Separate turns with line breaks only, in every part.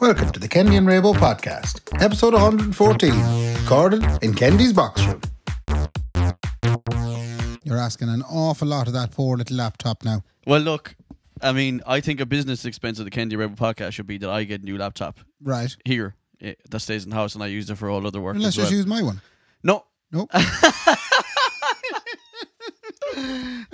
Welcome to the Kendi and Rabo podcast, episode 114, recorded in Kendi's box room.
You're asking an awful lot of that poor little laptop now.
Well, look, I mean, I think a business expense of the Candy Rebel podcast should be that I get a new laptop
Right.
here eh, that stays in the house and I use it for all other work.
Let's
as
just
well.
use my one.
no,
Nope.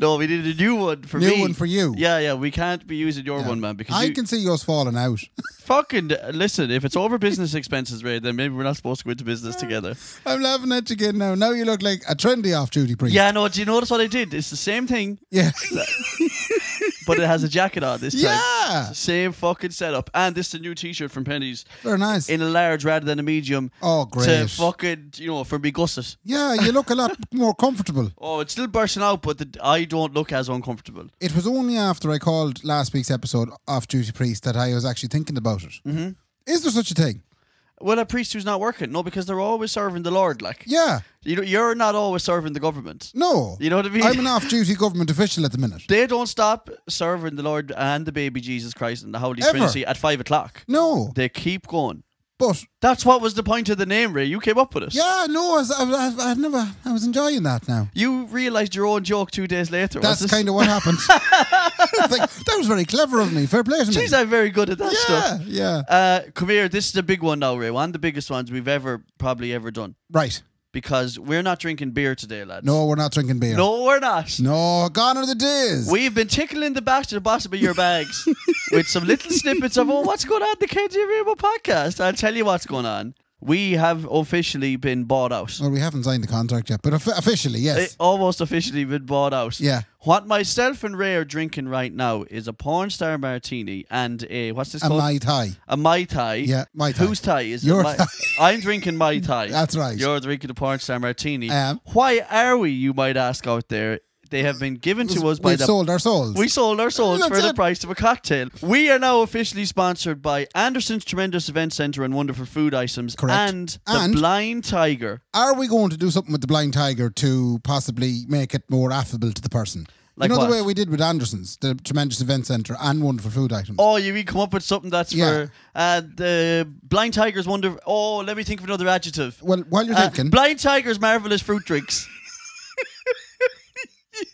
no, we need a new one for
New
me.
one for you.
Yeah, yeah, we can't be using your one, man, because
I
you
can see yours falling out.
fucking listen. If it's over business expenses, Ray, then maybe we're not supposed to go into business together.
I'm laughing at you again now. Now you look like a trendy off duty priest.
Yeah, no. Do you notice what I did? It's the same thing,
Yeah.
but it has a jacket on this time.
Yeah.
It's the same fucking setup, and this is a new T-shirt from Penny's
Very nice.
in a large rather than a medium.
Oh,
To
great.
fucking you know for me gusset.
yeah, you look a lot more comfortable.
Oh, it's still bursting out, but the, I don't look as uncomfortable.
It was only after I called last week's episode off duty priest that I was actually thinking about it. Mm-hmm. Is there such a thing?
Well, a priest who's not working, no, because they're always serving the Lord. Like
Yeah.
you know, you're not always serving the government.
No.
You know what I mean?
I'm an off duty government official at the minute.
They don't stop serving the Lord and the baby Jesus Christ and the Holy
Ever.
Trinity at five o'clock.
No.
They keep going.
But
That's what was the point of the name, Ray. You came up with it.
yeah, no, I was, I, I, I never, I was enjoying that now.
You realised your own joke two days later.
That's kind of what happened. It's like, that was very clever of me. Fair play to me.
Jeez, I'm very good at that
yeah,
stuff.
yeah.
Uh, come here. This is the big one now, Ray. One of the biggest ones we've ever probably ever done
Right.
because we're not drinking beer today, lads.
No, we're not drinking beer.
No, we're not.
No, gone are the days.
We've been tickling the back to the bottom of your bags with some little snippets of oh, what's going on in the KJ Rainbow podcast. I'll tell you what's going on. We have officially been bought out.
well, we haven't signed the contract yet, but offi- officially,
Eh,
yes.
almost officially been bought out.
Yeah.
What myself and Ray are drinking right now is a porn star martini and a what's this
and
called?
my tie.
a mai tai.
Yeah, Mai Tai.
Whose tai is
Your
it? Mai-
tai.
I'm drinking mai tai.
That's right.
You're drinking the porn star martini.
I am.
Why are we? You might ask out there. They have been given to us by
We've
the
sold our souls.
we sold our souls
That's
for the
it.
price of a cocktail. We are now officially sponsored by Anderson's Tremendous Event Centre and Wonderful Food Items
Correct.
and the
And-
Blind Tiger.
Are we going to do something with the blind tiger to possibly make it more affable to the person?
Like
you know
what?
the way we did with Anderson's, the tremendous event centre and wonderful food items.
Oh, you mean come up with something that's
Yeah.
for uh, the Blind Tiger's Wonder. Oh, let me think of another adjective.
Well, while you're
Uh,
thinking,
Blind Tiger's Marvelous Fruit Drinks.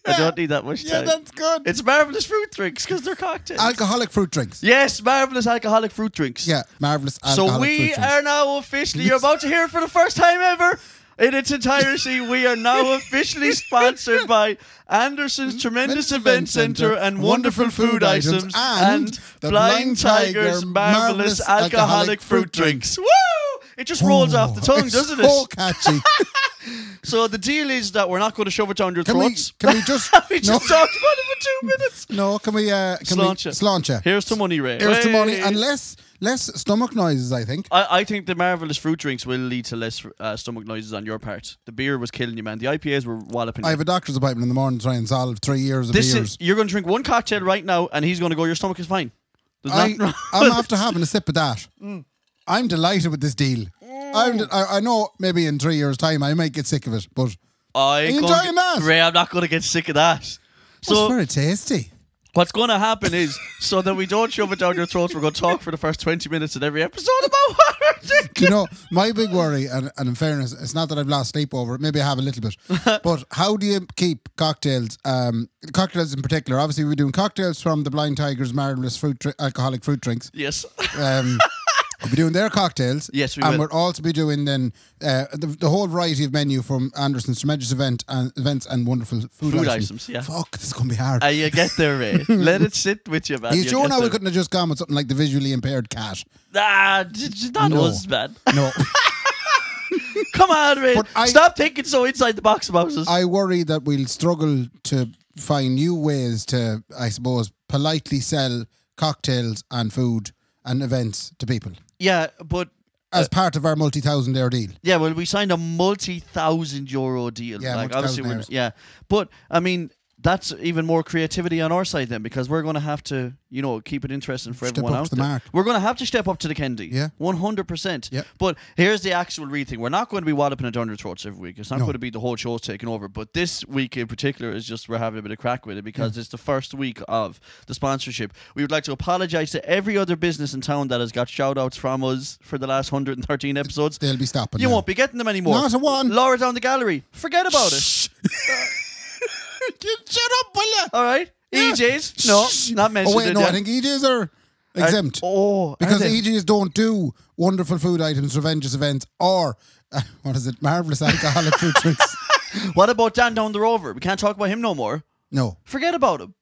I don't need that much
yeah,
time.
that's good.
it's Marvelous Fruit Drinks because they're cocktails.
alcoholic fruit drinks.
yes, Marvelous Alcoholic Fruit Drinks.
Yeah, marvelous.
So
alcoholic fruit
we
drinks.
are now officially, you're about to hear it for the first time ever in its entirety. we are now officially sponsored by
Mm-hmm.
Anderson's Tremendous Event Centre and Wonderful Food Items and,
the
Blind Tiger's Marvellous Alcoholic Fruit Drinks. Woo! It just rolls off the tongue,
Oh, it's
doesn't
So
it?
catchy.
So the deal is that we're not going to shove it down your
Can we,
throats.
can we just.
We
no,
just talked about it for two minutes.
no, can we. Uh, can
Slaunch
we
it.
Slaunch it.
Here's to money, Ray.
Here's to money.
Hey.
And less, less stomach noises, I think.
I, I think the marvelous fruit drinks will lead to less uh, stomach noises on your part. The beer was killing you, man. The IPAs were walloping. you.
I have a doctor's appointment in the morning to try and solve three years of
this
beers.
is you're going to drink one cocktail right now, and he's going to go. Your stomach is fine. There's nothing
I,
wrong. Mm.
I'm after having a sip of that. I'm delighted with this deal. I'm, de- I, I know maybe in three years' time I might get sick of it, but
I ain't
you
gonna
enjoying that?
get- Ray, I'm not going to get sick of that.
it's
So
very tasty.
what's going to happen is, so that we don't shove it down your throats, we're going to talk for the first twenty minutes in every episode about what we're drinking.
Do you know, my big worry, and, and in fairness, it's not that I've lost sleep over it. Maybe I have a little bit. but how do you keep cocktails, um, cocktails in particular? Obviously, we're doing cocktails from the Blind Tiger's Marvelous fruit dri- Alcoholic Fruit Drinks.
Yes.
Um, we'll be doing their cocktails.
Yes, we
And
will.
we'll also be doing then uh, the, the whole variety of menu from Anderson's tremendous event and events and wonderful food,
Food items, yeah.
Fuck, this is gonna be hard.
Uh, you get there, Ray. Let it sit with you, man.
Are you
You'll
sure
get
now we
there.
couldn't have just gone with something like the visually impaired cat?
Ah, j- j- not
No.
us, man.
No,
Come on, Ray.
But I-
Stop thinking so inside the box about us.
I worry that we'll struggle to find new ways to, I suppose, politely sell cocktails and food and events to people
yeah, but
as part of our multi-thousand hour deal.
Yeah, well, we signed a multi-thousand euro deal.
Yeah,
like obviously,
multi-thousand
we're,
euros.
yeah. But I mean, that's even more creativity on our side then, because we're going to have to, you know, keep it interesting for
Step
everyone
up
out
to the
there.
mark.
We're going to have to step up to the Kendi.
Yeah.
one hundred percent.
Yeah.
But here's the actual real thing: we're not going to be walloping it down their throats every week. It's not
No.
going to be the whole show's taken over. But this week in particular is just we're having a bit of crack with it because it's the first week of the sponsorship. We would like to apologise to every other business in town that has got shout outs from us for the last hundred and thirteen episodes.
They'll be stopping.
You
now.
won't be getting them anymore.
Not a one.
Laura down the gallery. Forget about it.
Shut up, will you?
All right.
Yeah.
EJ's. No,
Shh.
not mentioned.
Oh wait,
it
no,
yet.
I think EJs are
Uh,
exempt
oh, are
because E
they?
EJs don't do wonderful food items, revengeous events, or uh, what is it, marvelous alcoholic food drinks.
What about Dan down the rover? We can't talk about him no more.
No,
Forget about him.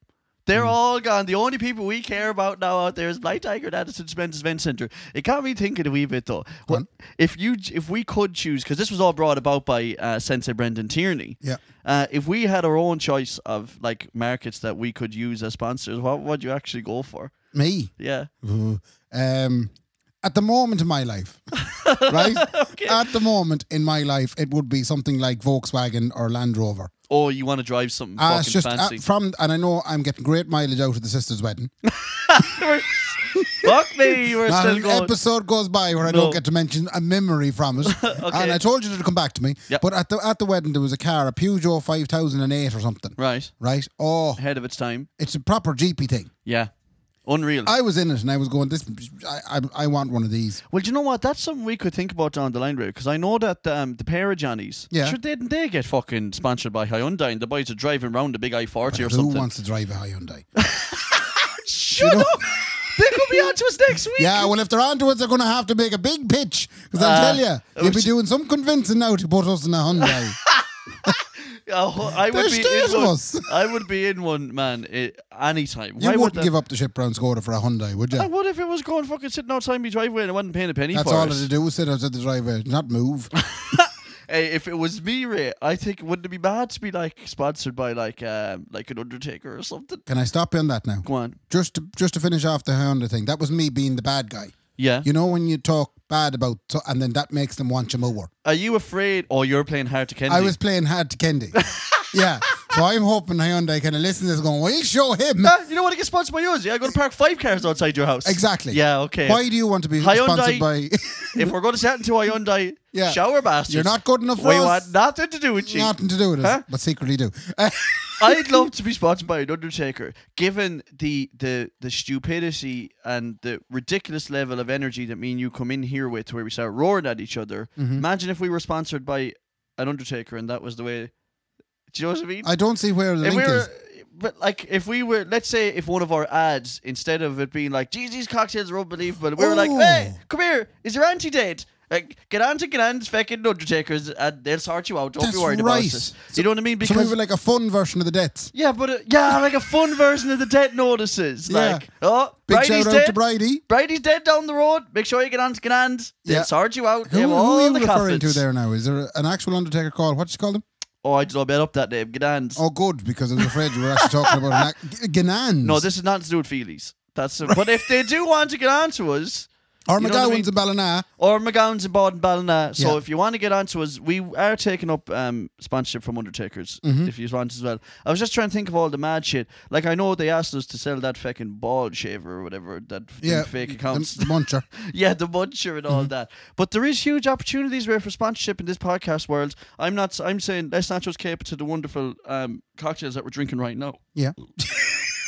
They're
Mm.
all gone. The only people we care about now out there is Blind Tiger and Addison Spencer's Event Center. It got me thinking a wee bit though. What,
on.
if you if we could choose because this was all brought about by uh, Sensei Brendan Tierney.
Yeah.
Uh, if we had our own choice of like markets that we could use as sponsors, what would you actually go for?
me.
Yeah.
Um, at the moment in my life, right? At the moment in my life, it would be something like Volkswagen or Land Rover.
Or you want to drive something
Uh,
fucking
it's just uh,
fancy?
from, and I know I'm getting great mileage out of the sister's wedding.
Fuck me, we're
Not
still
an
going.
episode goes by where I
No.
don't get to mention a memory from it. And I told you to come back to me.
Yep.
But at the at the wedding there was a car, a Peugeot five thousand and eight or something.
right.
Right? Oh
Ahead of its time.
it's a proper GP thing.
Yeah. Unreal.
I was in it and I was going, This I I, I want one of these.
well, do you know what? That's something we could think about down the line, right? Because I know that um, the pair of Johnnies,
Yeah.
sure, didn't they get fucking sponsored by Hyundai and the boys are driving round the big I-40 or
Who
something?
wants to drive a Hyundai?
Shut up! they could be on to us next week!
yeah, well if they're onto it they're gonna have to make a big pitch. Because
Uh,
I'll tell you, you'll be
which-
doing some convincing now to put us in a Hyundai.
Oh, I would
There's
be
two
in
of
one.
us.
I would be in one, man, it, anytime.
you
Why would
wouldn't
that-
give up the ship round Skoda for a Hyundai, would you?
I would if it was going fucking sitting outside my driveway and I wasn't paying a penny
That's
for
all
it.
it'd do is sit outside the driveway, not move.
Hey, if it was me, Ray, I think wouldn't it be bad to be like sponsored by like um like an Undertaker or something?
Can I stop you on that now?
Go on.
just to just to finish off the Honda thing, that was me being the bad guy.
Yeah.
You know when you talk bad about, so- and then that makes them want you more.
Are you afraid? Oh, you're playing hard to Kendi.
I was playing hard to Kendi. yeah, so I'm hoping Hyundai kind of listen to this, going, "Well, show him
Ah, you don't want to get sponsored by yours. Yeah, I'm going to park five cars outside your house.
exactly."
Yeah. Okay.
Why do you want to be
Hyundai-
sponsored by?
if we're going to set into Hyundai,
Yeah.
shower bastards.
You're not good enough for
We
us.
want nothing to do with you.
Nothing to do with it,
Huh?
but secretly do. Uh,
I'd love to be sponsored by an Undertaker, given the the the stupidity and the ridiculous level of energy that me and you come in here with, where we start roaring at each other.
Mm-hmm.
Imagine if we were sponsored by an Undertaker, and that was the way. Do you know what I mean?
I don't see where the
if
link
we were,
is.
but like if we were, let's say if one of our ads, instead of it being like, "Geez, these cocktails are unbelievable," we were like,
Oh.
"Hey, come here, is your auntie dead?" Like, get on to get on to fucking Undertakers, and they'll sort you out. Don't
That's
be worried
right.
about this. you know what I mean?
So we were like a fun version of the debts.
Yeah, but uh, yeah, like a fun version of the dead notices.
Yeah.
Like, oh,
Big
Brady's
shout out
dead.
to Brady.
Brady's dead down the road. Make sure you get on to Ganand. They'll
Yeah.
sort you out.
Who,
They have
who
all
are you
the
referring
coffins.
to there now? Is there an actual Undertaker call? What did you call them?
Oh, I don't know about up that name. Ganand.
Oh, good, because I was afraid you were actually talking about an ac- Ganans.
No, this is not to do with Feelies. That's a, but if they do want to get on to us,
Or
You know what I mean?
McGowan's in Ballina.
or McGowan's and Borden Ballina. So
Yeah.
if you want to get on to us, we are taking up um, sponsorship from Undertakers
Mm-hmm.
if you want as well. I was just trying to think of all the mad shit. Like I know they asked us to sell that fucking bald shaver or whatever that
Yeah,
fake
the-
accounts.
the muncher.
yeah, the muncher and all
Mm-hmm.
that. But there is huge opportunities where for sponsorship in this podcast world. I'm not. I'm saying let's not just cater to the wonderful um, cocktails that we're drinking right now.
Yeah.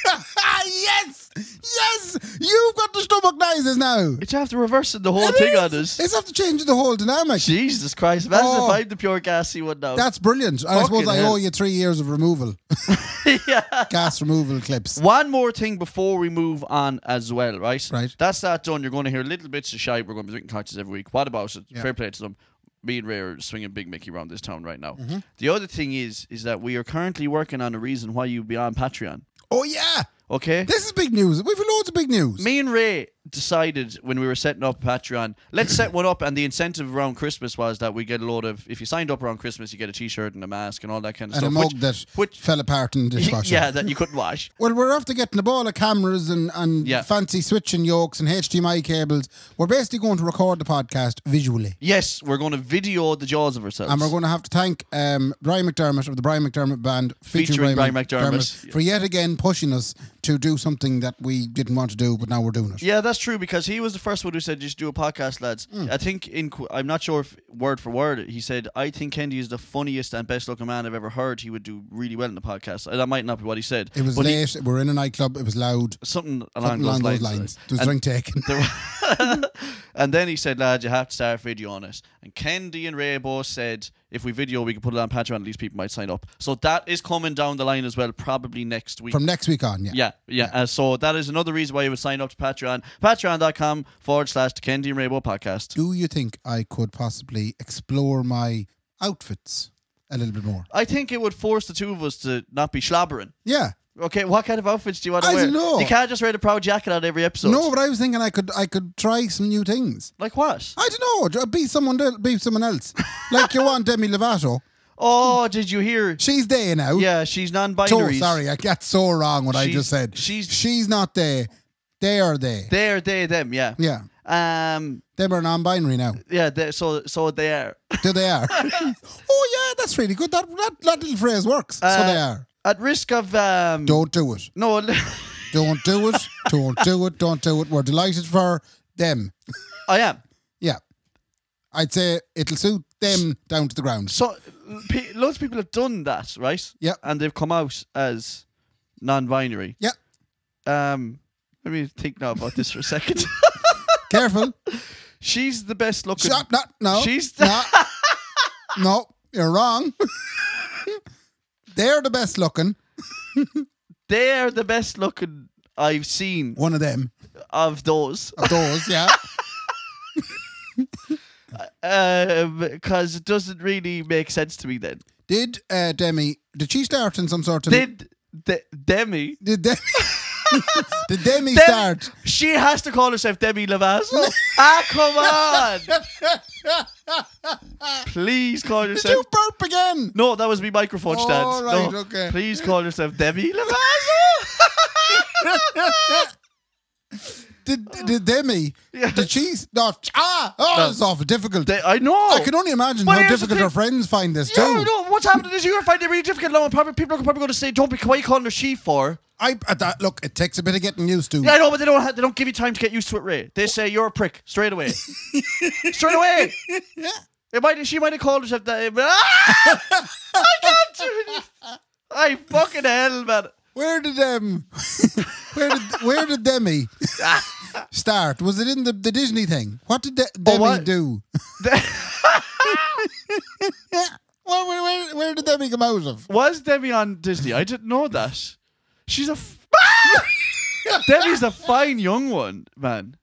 yes, yes, you've got the stomach noises now.
It's after reversing the whole thing on us.
It's have to change the whole dynamic.
Jesus Christ! Imagine
Oh.
if I'm the pure gassy one now.
That's brilliant. And I suppose
Fucking
I
hell.
owe you three years of removal,
yeah.
gas removal clips.
One more thing before we move on as well, right?
Right.
That's that done. You're going to hear little bits of shite. We're going to be drinking cocktails every week. What about it?
Yeah.
Fair play to them. Me and Ray are swinging big Mickey around this town right now.
Mm-hmm.
The other thing is, is that we are currently working on a reason why you'd be on Patreon.
Oh yeah,
Okay.
this is big news. We've loads of big news.
Me and Ray decided when we were setting up Patreon, let's set one up. And the incentive around Christmas was that we get a load of, if you signed up around Christmas, you get a t shirt and a mask and all that kind of
and a
stuff.
mug
which-
that
which-
fell apart in the dishwasher.
yeah, that you couldn't wash.
Well, we're after getting a ball of cameras and, and
Yeah.
fancy switching yokes and HDMI cables. We're basically going to record the podcast visually.
Yes, we're going to video the jaws of ourselves.
And we're going to have to thank um, Brian McDermott of the Brian McDermott Band, featuring,
Featuring
Brian,
Brian
McDermott,
McDermott.
for yet again pushing us to do something that we didn't want to do, but now we're doing it.
Yeah, that's true because he was the first one who said you should do a podcast, lads.
Hmm.
I think in qu- I'm not sure if word for word he said I think Kendi is the funniest and best looking man I've ever heard. He would do really well in the podcast. Uh, That might not be what he said.
It was
but he-
late. we we're in a nightclub. It was loud.
something along
Along
those
along
lines.
those lines. There
right?
was drink taken.
And then he said, lad, you have to start video on it. And Kendi and Raybo said, if we video, we can put it on Patreon. These people might sign up. So that is coming down the line as well, probably next week.
From next week on, yeah.
yeah, yeah. Uh, so that is another reason why you would sign up to Patreon. Patreon.com forward slash the Kendi and Raybo podcast.
Do you think I could possibly explore my outfits a little bit more?
I think it would force the two of us to not be slobbering.
Yeah.
Okay, what kind of outfits do you want to
I
wear?
don't know.
You can't just wear the proud jacket on every episode.
No, but I was thinking I could I could try some new things.
like what?
I don't know. Be someone. del- Be someone else. like you want Demi Lovato.
Oh, did you hear?
She's there now.
Yeah, she's
So,
non-binary.
sorry, I got so wrong what I
She's-
just said.
she's-
she's not there. They are there.
They're they them. Yeah.
yeah.
Um.
Them are non-binary now.
Yeah. They, so so they are.
So they are. oh yeah, that's really good. That that, that little phrase works. so
Uh,
they are.
At risk of um.
Don't do it.
No.
Don't do it. Don't do it. Don't do it. We're delighted for them.
I am.
Yeah. I'd say it'll suit them down to the ground.
So pe- loads of people have done that, right?
Yeah.
And they've come out as non-binary.
Yeah.
Um. Let me think now about this for a second.
Careful.
she's the best looking.
Shut no no.
She's the-
no. no, you're wrong. They're the best looking.
They're the best looking I've seen
One of them.
of those.
Of those, yeah.
Because um, it doesn't really make sense to me then.
Did uh, Demi did she start in some sort of
Did De- Demi.
did Demi Did Demi
Demi-
start?
She has to call herself Demi Lovato. ah, come on. Please call
Did you
yourself.
burp again?
No, that was me microphone stand.
All right,
no.
okay.
Please call yourself Demi Lovato.
Did did Demi
Yeah.
did she no ah oh that's awful difficult.
De- I know.
I can only imagine
But
how
here's the
difficult her
thing.
friends find this
yeah,
too.
I know. What's happening is you're finding it really difficult now, and probably people are probably going to say, "Don't be why are you calling her she for."
I uh, that, look, it takes a bit of getting used to.
Yeah, I know, but they don't. Have, they don't give you time to get used to it, Ray. They say you're a prick straight away. straight away. It might. She might have called herself that. But, Ah! I can't do this. I fucking hell, man.
Where did um, where did where did Demi start? Was it in the, the Disney thing? What did De- Demi
what?
do? Where, where, where, where did Demi come out of?
Was Debbie on Disney? I didn't know that. She's a. F- Debbie's a fine young one, man.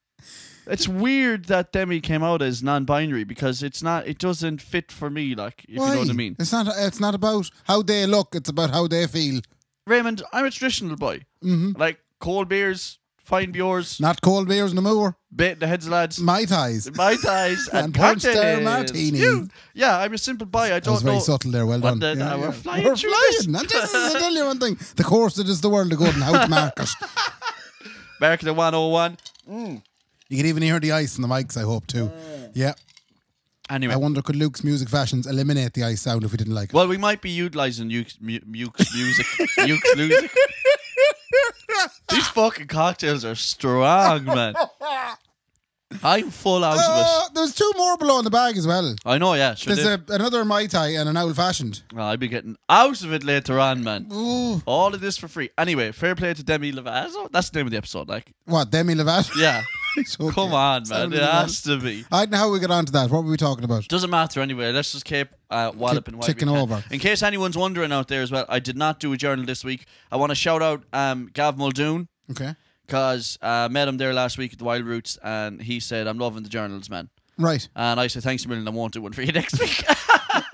It's weird that Demi came out as non-binary because it's not. It doesn't fit for me. Like, if you know what I mean.
It's not it's not about how they look. It's about how they feel.
Raymond, I'm a traditional boy.
Mm-hmm.
Like cold beers, fine beers,
Not cold beers no more.
bait the heads of lads,
My ties.
my ties, and,
And porn star
cocktails.
martinis.
You- Yeah, I'm a simple boy. I
That was
don't
very
know.
subtle there. Well
What
done.
the- now we're flying
We're
through this.
flying. And this is, I tell you one thing. The course that is the world of good and how to market.
American 101.
You can even hear the ice in the mics, I hope, too. Yeah.
Anyway,
I wonder could Luke's music fashions eliminate the ice sound if we didn't like it?
well, we might be utilizing Uke's mu- Uke's music. Uke's music. These fucking cocktails are strong, man. I'm full out of it.
Uh, Ah, there's two more below in the bag as well.
I know, yeah. Sure
There's
do.
a, another Mai Tai and an old fashioned.
Well, I'll be getting out of it later on, man.
Ooh.
All of this for free. Anyway, fair play to Demi Lovato. That's the name of the episode. Like,
What, Demi Lovato?
yeah,
It's okay.
come on, man.
Sounded
It
like-
has to be.
I don't know how we get onto that. What were we talking about?
Doesn't matter anyway. Let's just keep uh, walloping.
Keep
while we
ticking
can.
over.
In case anyone's wondering out there as well, I did not do a journal this week. I want to shout out um, Gav Muldoon
Okay.
because I uh, met him there last week at the Wild Roots, and he said, "I'm loving the journals, man."
Right.
And I said, "Thanks a million. I won't do one for you next week."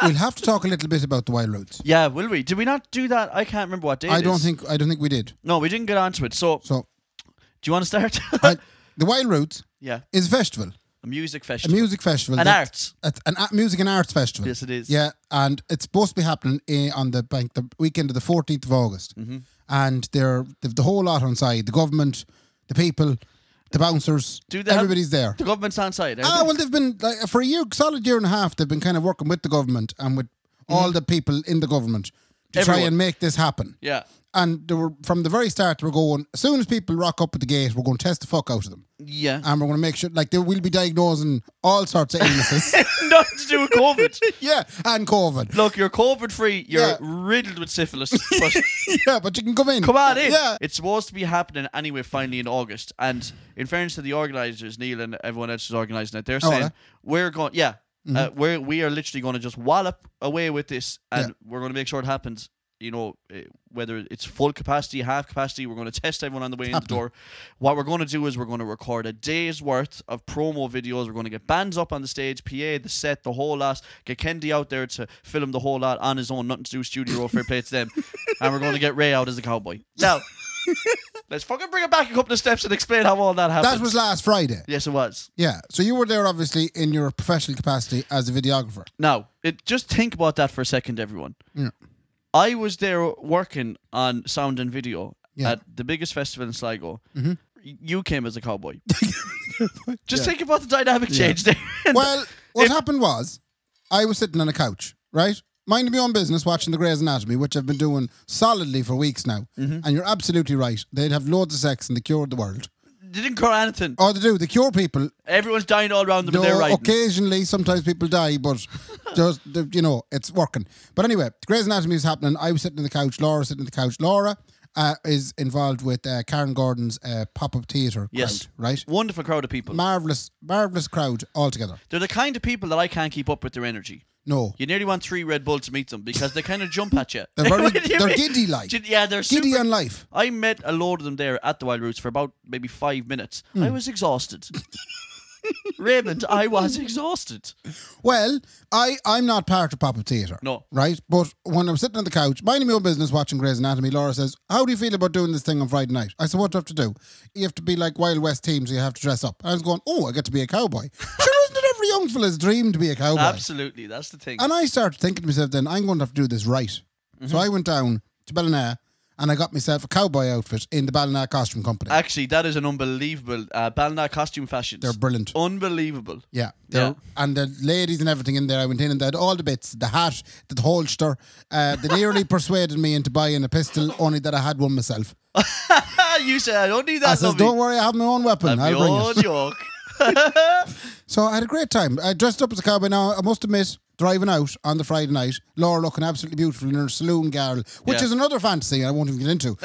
We'll have to talk a little bit about the Wild Roads.
yeah, will we? Did we not do that? I can't remember what day.
I
it
don't
is.
think I don't think we did.
No, we didn't get onto it. So,
So
do you want to start?
I, The Wild Roots
Yeah,
is a festival,
a music
a
festival.
music festival.
An
that-
arts.
at- An art, music and arts festival.
Yes, it is.
Yeah, and it's supposed to be happening eh, on the bank the weekend of the fourteenth of August,
Mm-hmm.
and they're they've the whole lot on side. The government, the people, the bouncers,
Do they have-
everybody's there.
The government's on side.
Ah, well, they've been like for a year, solid year and a half. They've been kind of working with the government and with
Mm-hmm.
all the people in the government to try
Everyone.
and make this happen.
yeah.
And they were from the very start. They were going as soon as people rock up at the gate, we're going to test the fuck out of them,
Yeah.
and we're going to make sure like they will be diagnosing all sorts of illnesses.
Nothing to do with COVID.
yeah, and COVID.
Look, you're COVID free. You're
Yeah.
riddled with syphilis. But
Yeah, but you can come in.
come on in.
Yeah,
It's supposed to be happening anyway, finally in August. And in fairness to the organisers, Neil and everyone else who's organising it, they're
Oh, Mm-hmm.
saying
yeah.
we're going. Yeah, uh, we're we are literally going to just wallop away with this, and we're going to make sure it happens. You know, eh, whether it's full capacity, half capacity, we're going to test everyone on the way in the
happening.
door. What we're going to do is we're going to record a day's worth of promo videos. We're going to get bands up on the stage, PA, the set, the whole lot. Get Kendi out there to film the whole lot on his own, nothing to do with studio or fair play to them. And we're going to get Ray out as a cowboy. Now, let's fucking bring it back a couple of steps and explain how all that happened.
that was last Friday.
yes, it was.
Yeah, so you were there obviously in your professional capacity as a videographer.
Now, it, just think about that for a second, everyone.
Yeah.
I was there working on sound and video
Yeah. Mm-hmm.
at the biggest festival in Sligo. Y- You came as a cowboy. just think about the dynamic change there.
Well, what happened was, I was sitting on a couch, right, minding my own business, watching The Grey's Anatomy, which I've been doing solidly for weeks now.
Mm-hmm.
And you're absolutely right; they'd have loads of sex and they cured the world.
They didn't cure anything.
Oh, they do. They cure people.
Everyone's dying all around them, and
though
they're right.
occasionally, sometimes people die, but just the- you know, it's working. But anyway, Grey's Anatomy is happening. I was sitting on the couch. Laura was sitting on the couch. Laura. Uh, is involved with uh, Karen Gordon's uh, pop-up theatre
Yes.
crowd, right?
Wonderful crowd of people.
marvelous, marvelous crowd altogether.
They're the kind of people that I can't keep up with their energy.
No,
You nearly want three Red Bull to meet them because they kind of jump at you.
they're very,
What do you
they're
mean?
giddy like,
Gid- Yeah, they're
giddy
super.
on life.
I met a load of them there at the Wild Roots for about maybe five minutes.
Hmm.
I was exhausted. Raymond, I was exhausted.
Well, I I'm not part of pop-up theatre.
No.
right? But when I'm sitting on the couch, minding my own business, watching Grey's Anatomy, Laura says, "How do you feel about doing this thing on Friday night?" I said, "What do I have to do? You have to be like Wild West teams. You have to dress up." I was going, "Oh, I get to be a cowboy." sure, isn't it every young fella's dream to be a cowboy?
Absolutely, that's the thing.
And I started thinking to myself, then I'm going to have to do this right. So I went down to Ballina and I got myself a cowboy outfit in the Ballina Costume Company.
Actually, that is an unbelievable uh, Balna costume fashions.
They're brilliant.
Unbelievable.
Yeah, they're-
Yeah.
and the ladies and everything in there. I went in and they had all the bits, the hat, the holster. Uh, they nearly persuaded me into buying a pistol, only that I had one myself.
you said I don't need
I
that.
says,
lovey."
"Don't worry, I have my own weapon.
That'd be
I'll bring
all
it."
joke.
So I had a great time. I dressed up as a cowboy. Now I must admit, driving out on the Friday night, Laura looking absolutely beautiful in her saloon girl, which
Yeah.
is another fantasy I won't even get into.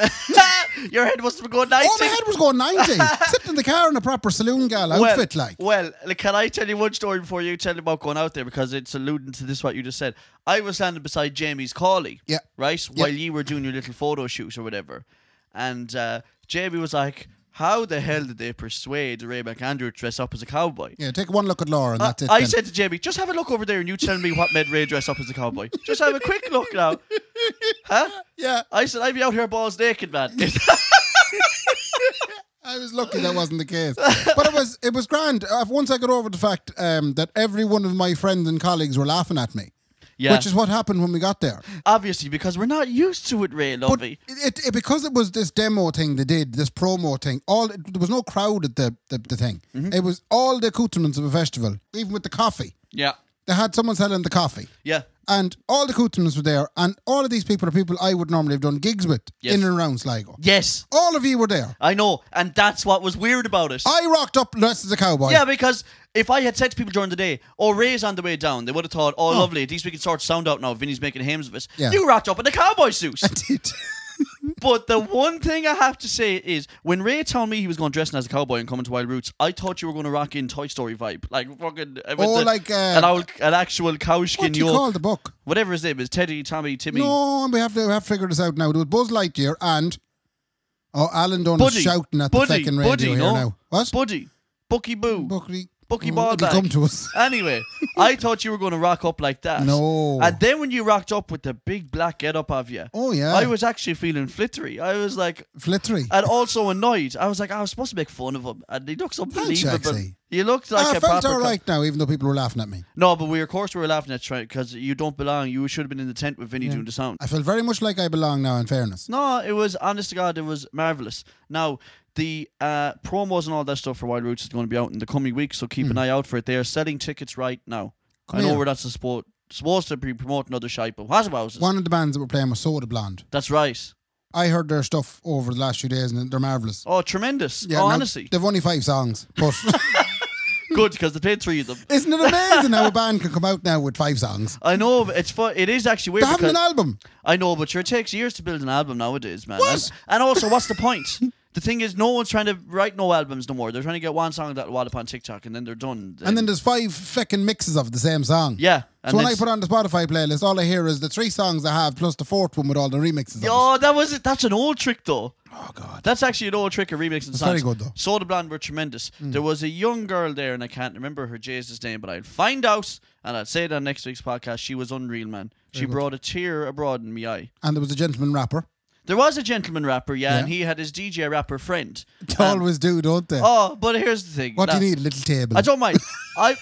Your head must have gone 90.
oh, my head was going ninety, sitting in the car in a proper saloon girl outfit, like.
Well, like, can I tell you one story before you tell about going out there because it's alluding to this what you just said. I was standing beside Jamie's collie.
Yeah.
Right? While you were doing your little photo shoots or whatever. And uh, Jamie was like, How the hell did they persuade Ray McAndrew to dress up as a cowboy?
Yeah, take one look at Laura, and that's it.
I
then.
said to Jamie, just have a look over there and you tell me what made Ray dress up as a cowboy. Just have a quick look now. Huh?
"Yeah."
I said, I'd be out here balls naked, man.
I was lucky that wasn't the case, but it was it was grand. Uh, Once I got over the fact um, that every one of my friends and colleagues were laughing at me,
yeah.
which is what happened when we got there.
Obviously, because we're not used to it, Ray,
But
lovey.
it, it, because it was this demo thing they did, this promo thing, all there was no crowd at the the, the thing.
Mm-hmm.
It was all the accoutrements of a festival, even with the coffee.
yeah.
They had someone selling the coffee.
Yeah.
And all the accoutrements were there, and all of these people are people I would normally have done gigs with
Yes.
in and around Sligo.
Yes.
All of you were there.
I know, and that's what was weird about it.
I rocked up dressed as a cowboy.
yeah, because if I had said to people during the day, "Oh, Ray's on the way down," they would have thought, "Oh, lovely, at least we can sort sound out now." Vinny's making hams of us.
Yeah.
You rocked up in a cowboy suit.
I did.
but the one thing I have to say is, when Ray told me he was going dressing as a cowboy and coming to Wild Roots, I thought you were going to rock in Toy Story vibe, like fucking. uh, with
Oh,
the-
like, uh,
an, old, an actual cow
What
skin
do you
yoke,
call the book?
whatever his name is, Teddy, Tommy, Timmy.
No, and we have to we have to figure this out now. There was Buzz Lightyear and oh, Alan Dunn is
Buddy,
shouting at
Buddy,
the fucking radio
Buddy,
here
no?
now. What?
Buddy, Bucky Boo.
Bucky,
Bucky
Oh,
Ball
it'll
back.
come to us.
Anyway, I thought you were going to rock up like that.
No.
And then when you rocked up with the big black get up of you,
Oh, yeah.
I was actually feeling flittery. I was like,
Flittery.
and also annoyed. I was like, "Oh, I was supposed to make fun of him, and he looks unbelievable.
Jaxie.
He looked like
Ah, I
a
felt
proper
all
cop.
right now, even though people were laughing at me.
No, but we of course we were laughing at Trent because you don't belong. You should have been in the tent with Vinny doing the sound.
I felt very much like I belong now, in fairness.
No, it was honest to God, it was marvelous. Now the uh, promos and all that stuff for Wild Roots is going to be out in the coming weeks, so keep an eye out for it. They are selling tickets right now.
Mm-hmm. Come
I know
here.
we're not supposed supposed to be promoting other shite, but what about us?
One of the bands that were playing was Soda Blonde.
That's right.
I heard their stuff over the last few days and they're marvellous.
Oh, tremendous!
Yeah,
oh,
now,
honestly,
They've only five songs, but
good because they played three of them.
isn't it amazing how a band can come out now with five songs?
I know but it's fun. It is actually weird.
They're having
because-
an album.
I know, but sure, it takes years to build an album nowadays, man.
What?
And, and also, what's the point? the thing is, no one's trying to write no albums no more. They're trying to get one song that will up on TikTok, and then they're done.
And then there's five feckin' mixes of the same song.
yeah, and
So when
then-
I put on the Spotify playlist, all I hear is the three songs I have plus the fourth one with all the remixes. Of it.
oh, that was it. That's an old trick, though.
Oh god.
That's actually an old trick of remixing songs.
very good, though. Mm.
Soda Blonde were tremendous. There was a young girl there, and I can't remember her Jesus name, but I'll find out, and I'll say it on next week's podcast. She was unreal, man. she brought a tear abroad in me eye.
And there was a gentleman rapper.
There was a gentleman rapper, yeah, and
Yeah.
he had his DJ rapper friend.
They
Um,
always do, don't they?
oh, but here's the thing.
what do
Nah.
you need? A little table.
I don't mind. I.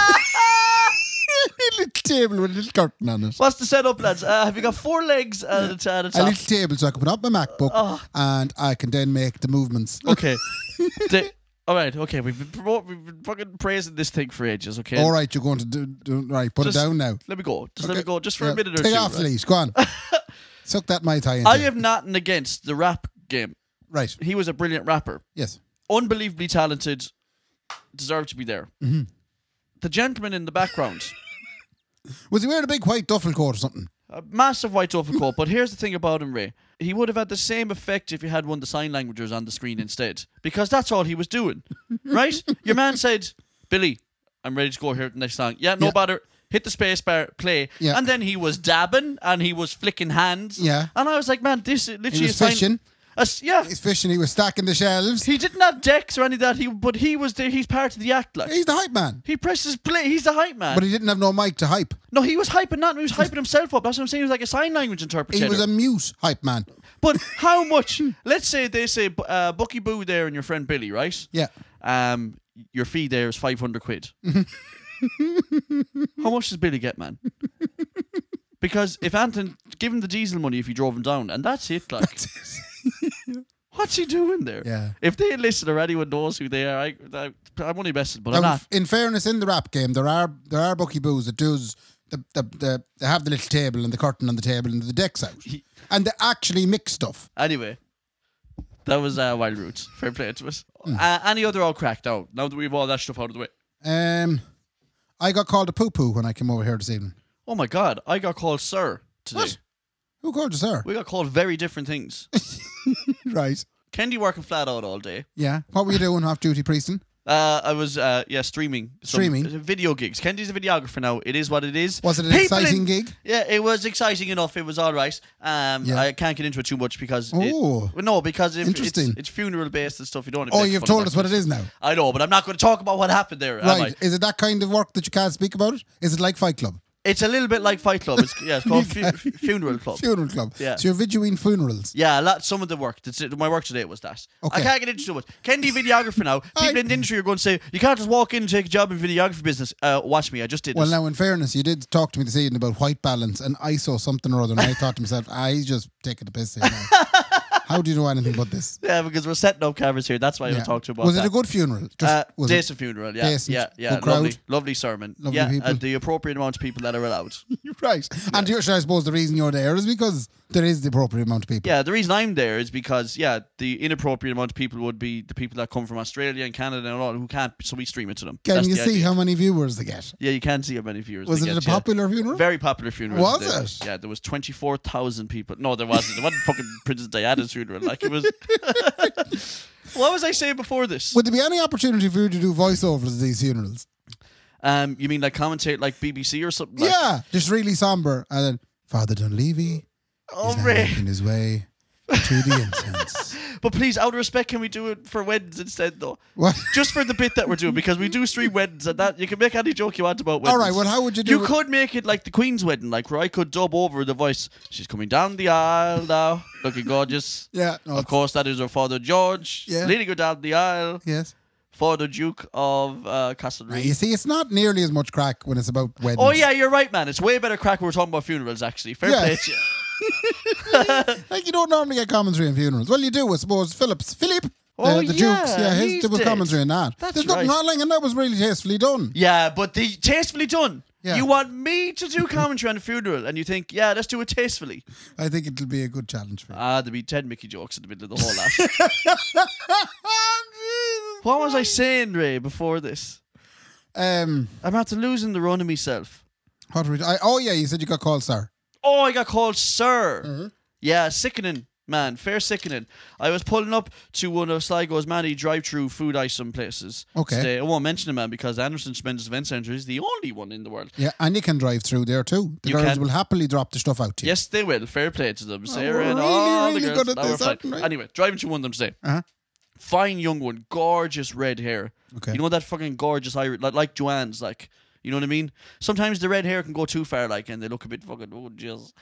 a little table with a little curtain on it.
What's the setup, lads? Uh, have you got four legs at a, t- at a
A
top?
little table so I can put up my MacBook
Oh.
and I can then make the movements.
Okay. The- all right. Okay. We've been, promo- we've been fucking praising this thing for ages. Okay.
All right, you're going to do, do right. Put
Just
it down now.
Let me go. Just let
Okay.
me go. Just for
Yeah.
a minute or
Take
two.
off the
right?
leash. Go on. Suck that my tie in.
I have nothing against the rap game.
right.
He was a brilliant rapper,
Yes.
unbelievably talented, deserved to be there.
Mm-hmm.
The gentleman in the background,
Was he wearing a big white duffel coat or something?
a massive white duffel coat. But here's the thing about him, Ray. He would have had the same effect if he had one of the sign languages on the screen instead, because that's all he was doing, right? Your man said, "Billy, I'm ready to go here to the next song." Yeah, no
Yeah.
bother. Hit the space bar, play,
Yeah.
and then he was dabbing and he was flicking hands.
Yeah.
and I was like, "Man, this is literally
was
a sign-
fishing.
a s- yeah,
He's fishing. He was stacking the shelves.
he didn't have decks or any of that. He, but he was there. He's part of the act, like
He's the hype man.
he presses play. He's the hype man.
But he didn't have no mic to hype.
no, he was hyping that. He was hyping himself up. That's what I'm saying. He was like a sign language
He
interpreter.
was a mute hype man.
But how much? let's say they say bu- uh, Bucky Boo there and your friend Billy, right?
Yeah.
Um, your fee there is five hundred quid. how much does Billy get, man? Because if Anton give him the diesel money if you drove him down, and that's it, like. What's he doing there?
Yeah.
If they listen or anyone knows who they are, I, I, I'm only messing, but I'm
Now,
not.
in fairness, in the rap game, there are there are Bucky Boos that does the, the, the they have the little table and the curtain on the table and the decks out, and they actually mix stuff.
Anyway, that was uh, Wild Roots. Fair play to us.
Hmm.
Uh, any other all cracked out? Now that we've all that stuff out of the way.
Um, I got called a poo poo when I came over here this evening.
Oh my god, I got called sir today.
What? Who called you sir?
We got called very different things.
Right.
Kendi working flat out all day.
Yeah. What were you doing off duty, Prieston?
Uh, I was uh, yeah streaming some
Streaming?
video gigs. Kendi's a videographer now. It is what it is.
Was it an
People
exciting
in-
gig?
Yeah, it was exciting enough. It was all right. Um,
Yeah.
I can't get into it too much because it-
Oh.
well, no, because if it's,
Interesting.
it's funeral based and stuff. You don't. wanna
Oh,
make
you've
fun of
told
that
us what
kind
it
of
is now.
stuff. I know, but I'm not going to talk about what happened there. am I?
Right. Is it that kind of work that you can't speak about? Is it like Fight Club?
It's a little bit like Fight Club. It's, yeah, it's called fu- fu- Funeral Club.
Funeral Club.
Yeah.
So you're videoing funerals.
Yeah, a lot, some of the work. That's it. My work today was that. I
Okay.
can't get into too much. Kendi videographer now. People in the industry are going to say, you can't just walk in and take a job in videography business. Uh, watch me, I just did
Well,
this.
now, in fairness, you did talk to me this evening about white balance and ISO something or other, and I thought to myself, ah, he's just taking the piss here. now." How do you know anything about this?
Yeah, because we're setting up cameras here. That's why I
Yeah.
was talking to you about
was
that.
it a good funeral? Just,
uh,
was it-
Decent funeral, yeah,
Decent.
yeah, yeah.
Good crowd.
Lovely, lovely sermon.
Lovely
yeah,
people.
and the appropriate amount of people that are allowed.
Right. And you, I suppose the reason you're there is because there is the appropriate amount of people.
Yeah, the reason I'm there is because yeah, the inappropriate amount of people would be the people that come from Australia and Canada and all who can't. So we stream it to them.
Can
That's
you
the
see
idea.
how many viewers they get?
Yeah, you can see how many viewers.
Was
they
it
get,
a
yeah.
popular funeral?
Very popular funeral.
Was
there.
it?
Yeah, there was twenty four thousand people. No, there wasn't. It wasn't fucking Princess Diana's funeral. Like it was. what was I saying before this?
Would there be any opportunity for you to do voiceovers at these funerals?
Um, you mean like commentate like BBC or something? Like,
yeah, just really somber. And then Father Dunleavy
Oh,
is now
Ray.
making his way to the incense.
But please, out of respect, can we do it for weddings instead, though?
What?
Just for the bit that we're doing, because we do stream weddings, and that you can make any joke you want about weddings.
All right, well, how would you do
You
it-
could make it like the Queen's wedding, like where I could dub over the voice. She's coming down the aisle now, looking gorgeous.
Yeah, no,
of
it's-
course, that is her father George,
Yeah.
leading her down the aisle.
Yes.
Father Duke of uh, Castlereagh.
You see, it's not nearly as much crack when it's about weddings.
Oh yeah, you're right, man. It's way better crack when we're talking about funerals, actually. Fair
Yeah.
play. to you.
Like you don't normally get commentary on funerals. Well, you do, I suppose. Phillips, Philip,
Oh,
the, the
yeah,
Jukes, yeah, his
he's
double
dead.
commentary on that.
That's
There's nothing
right.
wrong, and that was really tastefully done.
Yeah, but the tastefully done.
Yeah.
You want me to do commentary on a funeral, and you think, yeah, let's do it tastefully.
I think it'll be a good challenge for you.
Ah, there'll be ten Mickey jokes in the middle of the whole lot. what was I saying, Ray, before this?
um,
I'm after losing the run of myself.
what were we, I, oh yeah, you said you got called sir.
Oh, I got called sir.
Mm-hmm.
Yeah, sickening, man. Fair sickening. I was pulling up to one of Sligo's many drive-through food item places.
Okay.
Today. I won't mention him, man, because Anderson Spencer's Event Centre is the only one in the world.
Yeah, and you can drive through there too. The
You
girls
can.
will happily drop the stuff out to you.
Yes, they will. Fair play to them. Sarah
we're
and
Oh, really,
all the
really
girls.
good at
No,
this,
we're fine.
aren't we?
Anyway, driving to one of them today.
Uh-huh.
Fine young one, gorgeous red hair.
Okay.
You know that fucking gorgeous Irish, like, like Joanne's, like, you know what I mean? Sometimes the red hair can go too far, like, and they look a bit fucking, oh, jeez.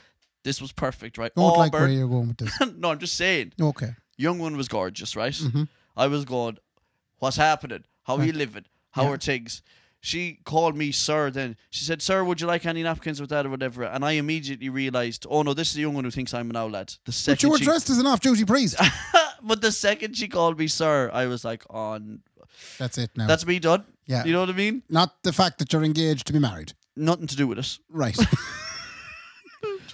This was perfect, right?
Don't like where
Auburn.
you're going with this.
no, I'm just saying.
Okay.
Young one was gorgeous, right?
Mm-hmm.
I was going, what's happening? How are you living? How are things? She called me sir then. She said, sir, would you like any napkins with that or whatever? And I immediately realised, oh no, this is the young one who thinks I'm an owl lad. The second
But you were
she,
dressed as an off-duty priest.
But the second she called me sir, I was like, on.
That's it now.
That's me done.
Yeah.
You know what I mean?
not the fact that you're engaged to be married.
Nothing to do with it.
Right.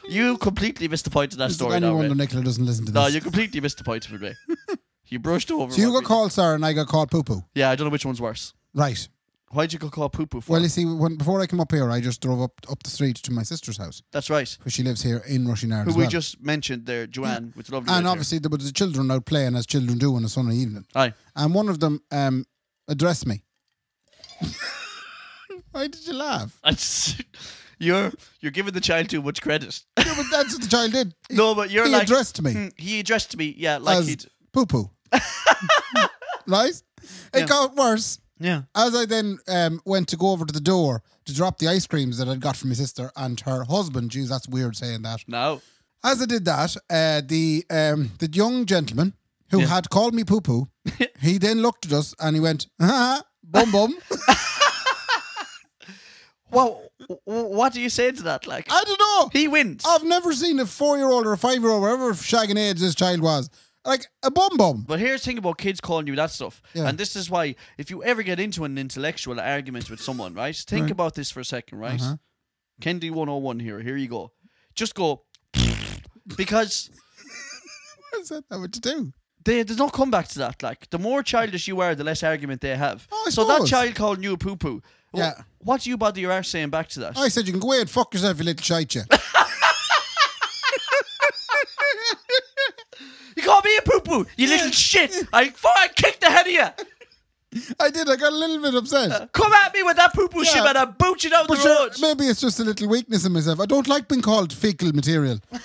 You completely missed the point of that
Is there
story
any
now,
wonder
Ray.
Nicola doesn't listen to this?
No, you completely missed the point of it, Ray. You brushed over.
so you got
what we-
called sir and I got called poo poo.
Yeah, I don't know which one's worse.
Right.
Why'd you go call poo poo for?
Well, you see, when before I came up here, I just drove up up the street to my sister's house,
That's right.
where she lives here in Rushing Ireland.
who
as
we
well.
just mentioned there, Joanne, with lovely. red
and
hair.
obviously there was the children out playing as children do on a Sunday evening,
aye.
and one of them um, addressed me. Why did you laugh?
I just- you're you're giving the child too much credit.
No, but that's what the child did. He,
no, but you're
he
like
addressed me
Hmm, he addressed me, yeah, like
as
he'd
poo poo. right? It
Yeah.
got worse.
yeah.
As I then um, went to go over to the door to drop the ice creams that I'd got from my sister and her husband, geez, that's weird saying that.
No,
As I did that, uh, the um, the young gentleman who
Yeah.
had called me poo poo, he then looked at us and he went, ah, bum bum.
well, w- w- what do you say to that? Like
I Oh. don't know.
he wins.
I've never seen a four year old or a five year old, whatever shagging age this child was, like a bum bum.
But here's the thing about kids calling you that stuff.
Yeah.
And this is why, if you ever get into an intellectual argument with someone, right? Think about this for a second, right?
Uh-huh.
Kendi 101 here. Here you go. Just go. because
Is that not what to do?
they, there's no comeback to that. Like the more childish you are, the less argument they have.
Oh, I
so that
suppose.
child calling you a poo poo.
Yeah.
What do you bother your arse saying back to that?
I said, you can go away and fuck yourself, you little shite you.
you call me a poo poo, you little shit! I fucking kick the head of you.
I did, I got a little bit upset.
Come at me with that poo poo shit,
Yeah.
and I boot you down
But
the
sure,
road.
maybe it's just a little weakness in myself. I don't like being called fecal material.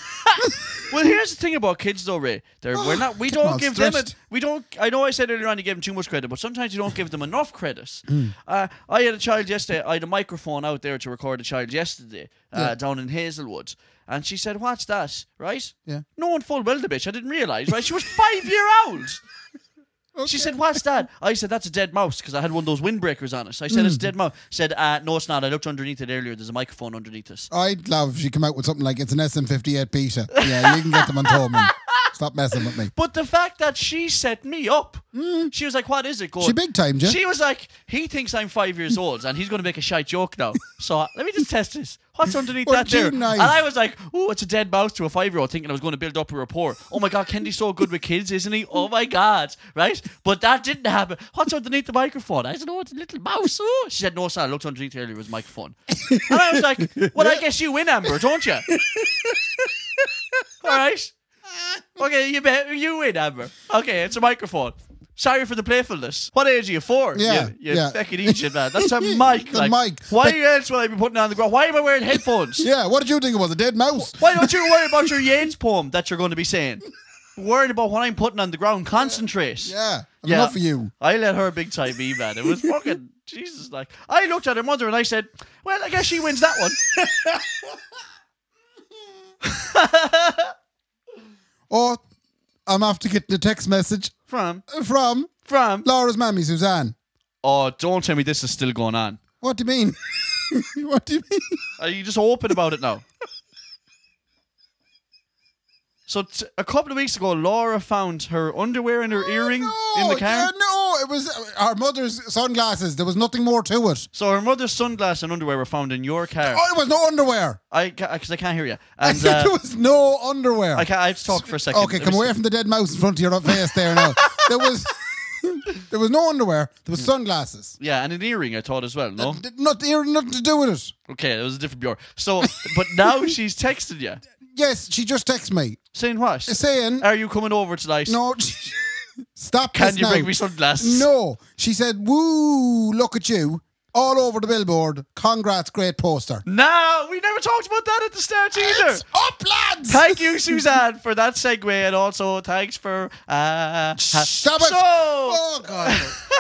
Well, here's the thing about kids, though, Ray. They're,
Ah,
we're not. We
Get them
don't
all
give them. A,
stretched.
we don't. I know I said earlier on you gave them too much credit, but sometimes you don't give them enough credit.
Mm.
Uh, I had a child yesterday. I had a microphone out there to record a child yesterday uh, down in Hazelwood, and she said, "What's that?" Right?
Yeah.
Knowing full well the bitch, I didn't realise. Right? She was five year old. She said, "What's that?" I said, "That's a dead mouse," because I had one of those windbreakers on us. I said,
Hmm.
"It's a dead mouse." She said, uh, "No, it's not. I looked underneath it earlier. There's a microphone underneath us."
I'd love if you come out with something like it's an SM58 beta. Yeah, you can get them on Thoman. Stop messing with me.
But the fact that she set me up, she was like, "What is it?" Going,
Hmm. She big timed you.
She was like, "He thinks I'm five years old, and he's going to make a shite joke now." So uh, let me just test this. What's underneath
Well,
that there?
gee, nice.
And I was like, "Ooh, it's a dead mouse to a five-year-old," thinking I was going to build up a rapport. Oh my god, Kendy's so good with kids, isn't he? Oh my god, right? But that didn't happen. What's underneath the microphone? I said, "Oh, it's a little mouse." Ooh. She said, "No, sir, I looked underneath earlier. It was a microphone." and I was like, "Well, I guess you win, Amber, don't you?" All right. Okay, you bet you win, Amber. Okay, it's a microphone. Sorry for the playfulness. What age are you for?
Yeah,
you, you
yeah.
fucking idiot, man. That's a mic.
The
like,
mic.
Why else would I be putting it on the ground? Why am I wearing headphones?
Yeah, what did you think it was? A dead mouse?
Why don't you worry about your Yates poem that you're going to be saying? worried about what I'm putting on the ground. Concentrate.
Yeah.
Yeah.
Enough of you.
I let her big time me, man. It was fucking Jesus. Like I looked at her mother and I said, "Well, I guess she wins that one."
Or I'm after getting a text message
From
from
from.
Laura's mammy, Suzanne.
Oh, don't tell me this is still going on.
What do you mean? what do you mean?
Are you just open about it now? So t- a couple of weeks ago, Laura found her underwear and her
Oh,
earring in the car.
yeah, no, it was uh, our mother's sunglasses. There was nothing more to it.
So her mother's sunglasses and underwear were found in your car.
Oh, it was no underwear.
I because I can't hear you.
I
And
said there
uh,
was no underwear.
I can't. I have to talk for a second.
Okay,
Let
come
me
away
s-
from the dead mouse in front of your face there now. there was there was no underwear. There
Hmm.
was sunglasses.
Yeah, and an earring I thought as well. No,
Did Not there, nothing to do with it.
okay, it was a different Bjorn. So, but now she's texted you
Yes, she just texted me
saying what?
saying,
Are you coming over tonight?
"No, stop
Uh, Can
this
you
now."
bring me sunglasses?
No, she said, "Woo, look at you." All over the billboard. Congrats, great poster.
No, we never talked about that at the start either.
It's up, lads!
Thank you, Suzanne, for that segue, and also thanks for uh, ha-
Stop it!
So-
Oh god.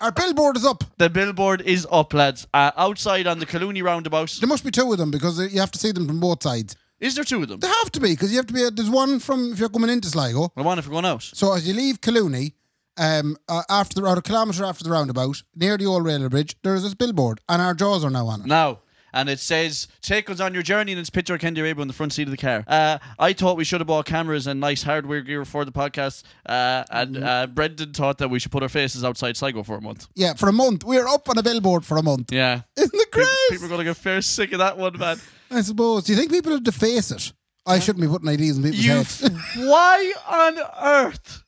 Our billboard is up.
the billboard is up, lads, uh, outside on the Colooney roundabout.
There must be two of them because you have to see them from both sides.
Is there two of them?
There have to be because you have to be. There's one from if you're coming into Sligo.
I wonder if we're going out.
So as you leave Colooney, um, uh, after the, or a kilometre after the roundabout near the old railway bridge, there is this billboard, and our jaws are now on it.
Now. And it says, take us on your journey, and it's picture of Kendi Rabo in the front seat of the car. Uh, I thought we should have bought cameras and nice hardware gear for the podcast. Uh, and
Mm-hmm.
uh, Brendan thought that we should put our faces outside Sligo for a month.
Yeah, for a month we are up on a billboard for a month.
Yeah.
Isn't it great?
People, people are going to get fair sick of that one, man.
I suppose. Do you think people would deface it? I shouldn't be putting ideas in people's
You,
heads.
why on earth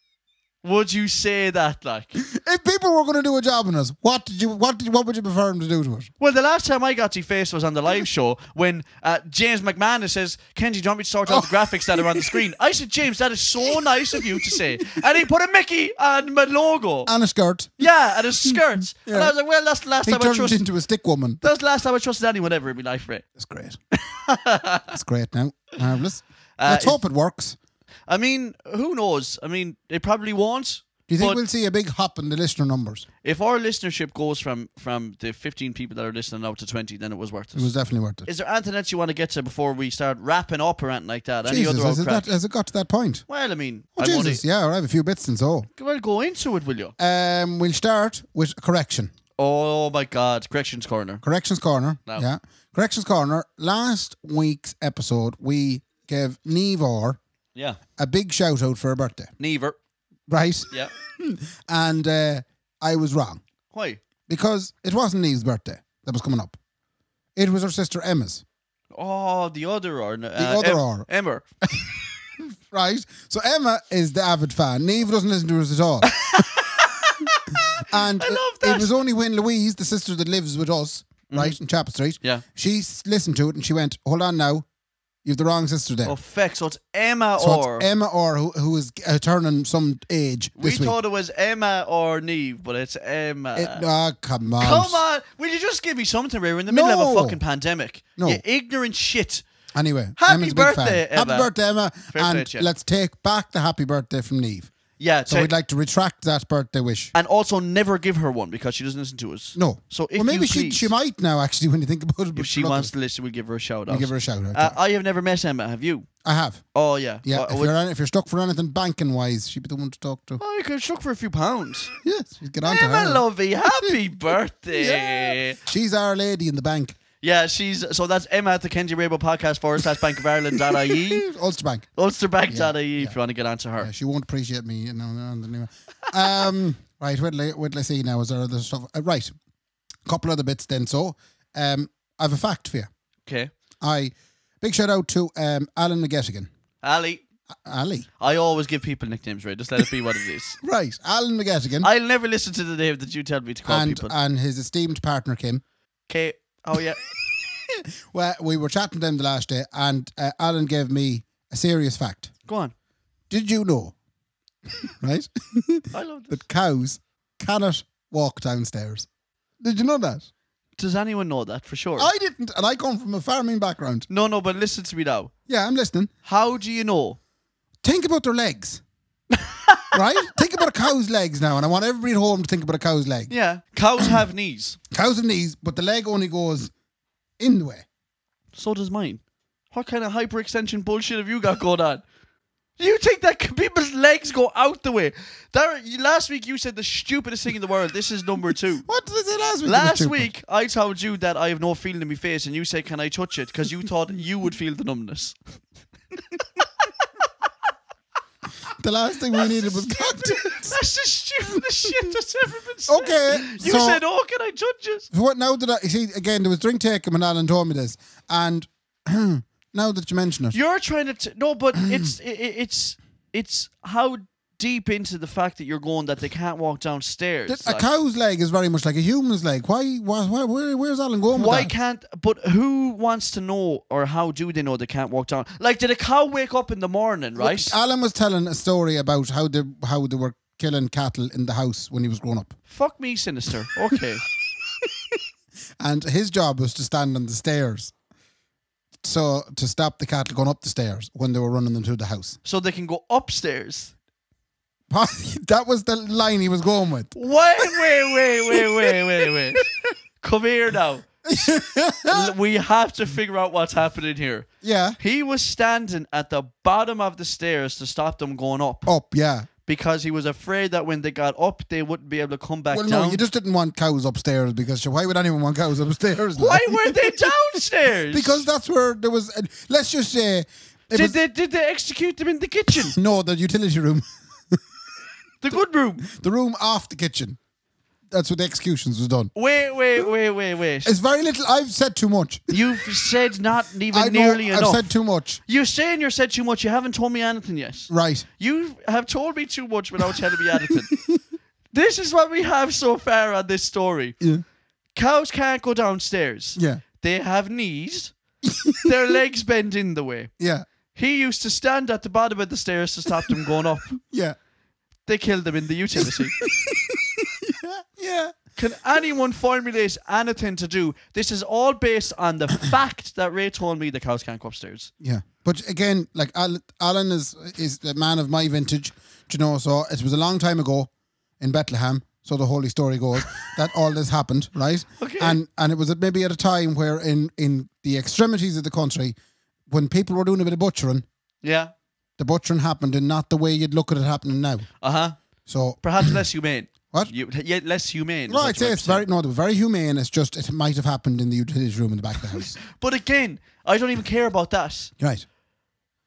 would you say that? Like,
if people were going to do a job on us, what did you? What did? What would you prefer them to do to it?
well, the last time I got defaced was on the live show when uh, James McManus says, "Kenji, do you want me to sort
Oh.
out the graphics that are on the screen?" I said, "James, that is so nice of you to say," and he put a Mickey on my logo.
And a skirt.
yeah, and his skirts. And I was like, "Well, that's the last
He
time I
turned
trusted."
into a stick woman.
That was the last time I trusted anyone ever in my life, right?
That's great. That's great. Now, marvelous. Let's
it-
hope it works.
I mean, who knows? I mean, they probably won't.
Do you think
but-
we'll see a big hop in the listener numbers?
If our listenership goes from from the 15 people that are listening now to 20, then it was worth it.
It was definitely worth it.
Is there anything else you want to get to before we start wrapping up or anything like that? Any
Jesus,
other old
has it,
crack?
that, has it got to that point?
Well, I mean,
Oh,
I'm only,
Jesus, yeah, I have a few bits and so.
well, go into it, will you?
Um, we'll start with correction.
Oh my God, corrections corner.
Corrections corner.
No.
Yeah, corrections corner. Last week's episode, we gave Neve Orr
Yeah,
a big shout out for her birthday,
neither.
right?
Yeah,
And uh, I was wrong
why?
because it wasn't Neve's birthday that was coming up; it was her sister Emma's.
Oh, the other or the
other or.
Emmer.
right? So Emma is the avid fan. Neve doesn't listen to us at all. and it-
love
it,
that.
was only when Louise, the sister that lives with us, right in Chapel Street,
Mm-hmm. Yeah.
she s- listened to it and she went, "Hold on now, you've the wrong sister there."
Oh feck! So it's Emma
so
or.
it's Emma Orr who, who is uh, turning some age
we
this week.
thought it was Emma or Neve, but it's Emma.
It- ah, come on.
Come on! Will you just give me something? We're in the middle of a
No.
fucking pandemic.
No.
You ignorant shit.
Anyway,
Happy
Emma's a
birthday,
big fan.
Emma.
Happy birthday, Emma!
Fair play
and
to you.
let's take back the happy birthday from Neve.
Yeah.
So
take-
we'd like to retract that birthday wish.
and also never give her one because she doesn't listen to us.
No.
So if
well, maybe
you
she
please,
she might now actually when you think about it.
if she wants to listen, we'll give her a shout out.
give her a shout out.
Uh, I have never met Emma. Have you?
I have.
Oh yeah.
Yeah,
Uh,
if,
would-
you're, on- if you're stuck for anything banking wise, she'd be the one to talk to.
Oh, you could shook for a few pounds.
Yes, she'd get on to
Emma
her.
Lovey, happy birthday. Yeah.
She's our lady in the bank,
she's so that's Emma at the Kenji Rabo podcast forward slash Bank of Ireland.ie.
Ulster Bank.
Ulsterbank.ie E, if you want to get onto her.
Yeah, she won't appreciate me. You know, and anyway. um, right, wait till I- wait till I see now. Is there other stuff? Uh, right, a couple other bits then. So, um, I have a fact for you.
Okay.
I big shout out to um, Alan McGettigan.
Ali.
Ali,
I always give people nicknames, right? Just let it be what it is.
right? Alan McGettigan
I'll never listen to the name that you tell me to call
and uh,
people.
and his esteemed partner Kim.
okay. Oh yeah.
Well, we were chatting to them the last day, and uh, Alan gave me a serious fact.
Go on.
Did you know, right,
I love this.
that cows cannot walk downstairs? Did you know that?
Does anyone know that for sure?
I didn't, and I come from a farming background.
No, no, but listen to me now.
Yeah, I'm listening.
How do you know?
Think about their legs. right? Think about a cow's legs now, and I want everybody at home to think about a cow's leg.
Yeah. Cows have knees.
Cows and knees, but the leg only goes in the way.
So does mine. What kind of hyperextension bullshit have you got going on? Do you think that people's legs go out the way? That, last week you said the stupidest thing in the world. This is number two.
What did I say last week? It was
Last
stupid.
week, I told you that I have no feeling in my face, and you said, "Can I touch it?" Because you thought you would feel the numbness.
The last thing we needed was cocktails.
That's the stupidest shit that's ever been said.
Okay,
You
so-
said, "Oh, can I touch it?"
So what now that I see again there was drink taken when Alan told me this. And now that you mention it.
You're trying to t- no, but it's i i- it's it's how deep into the fact that you're going that they can't walk downstairs.
that a
like-
cow's leg is very much like a human's leg. Why? Why? why where, where's Alan going with
Why
that?
can't? But who wants to know, or how do they know they can't walk down? Like, did a cow wake up in the morning, right?
Alan was telling a story about how they how they were killing cattle in the house when he was growing up,
Fuck me, sinister. Okay,
and his job was to stand on the stairs, so to stop the cattle going up the stairs when they were running them through the house.
so they can go upstairs.
that was the line he was going with.
Wait, wait, wait, wait, wait, wait, wait. Come here now. L- we have to figure out what's happening here.
Yeah.
He was standing at the bottom of the stairs to stop them going up
Up. Yeah.
because he was afraid that when they got up, they wouldn't be able to come back
Well,
down.
no, you just didn't want cows upstairs because sure, why would anyone want cows upstairs?
Why
like?
were they downstairs?
because that's where there was. let's just say. It
did
was,
they did they execute them in the kitchen,
no, the utility room.
the good room?
The room off the kitchen. That's what the executions was done.
Wait, wait, wait, wait, wait.
It's very little. I've said too much.
You've said not even
I know
nearly
I've
enough.
said too much.
You're saying you said too much. You haven't told me anything yet.
Right.
You have told me too much without telling me anything. this is what we have so far on this story.
Yeah.
Cows can't go downstairs.
Yeah.
They have knees. Their legs bend in the way.
Yeah.
He used to stand at the bottom of the stairs to stop them going up.
Yeah.
They killed them in the utility.
Yeah.
Can anyone formulate anything to do? This is all based on the fact that Ray told me the cows can't go upstairs.
Yeah. But again, like Al- Alan is is a man of my vintage, do you know. So it was a long time ago in Bethlehem. So the holy story goes that all this happened, right?
Okay.
And and it was at maybe at a time where in in the extremities of the country, when people were doing a bit of butchering,
Yeah.
the butchering happened in not the way you'd look at it happening now.
Uh huh.
So
Perhaps less humane.
What?
You, yet less humane. is
No,
what
I'd
you
say
were
it's very
saying.
no, they're very humane. It's just it might have happened in the utilities room in the back of the house.
But again, I don't even care about that.
right.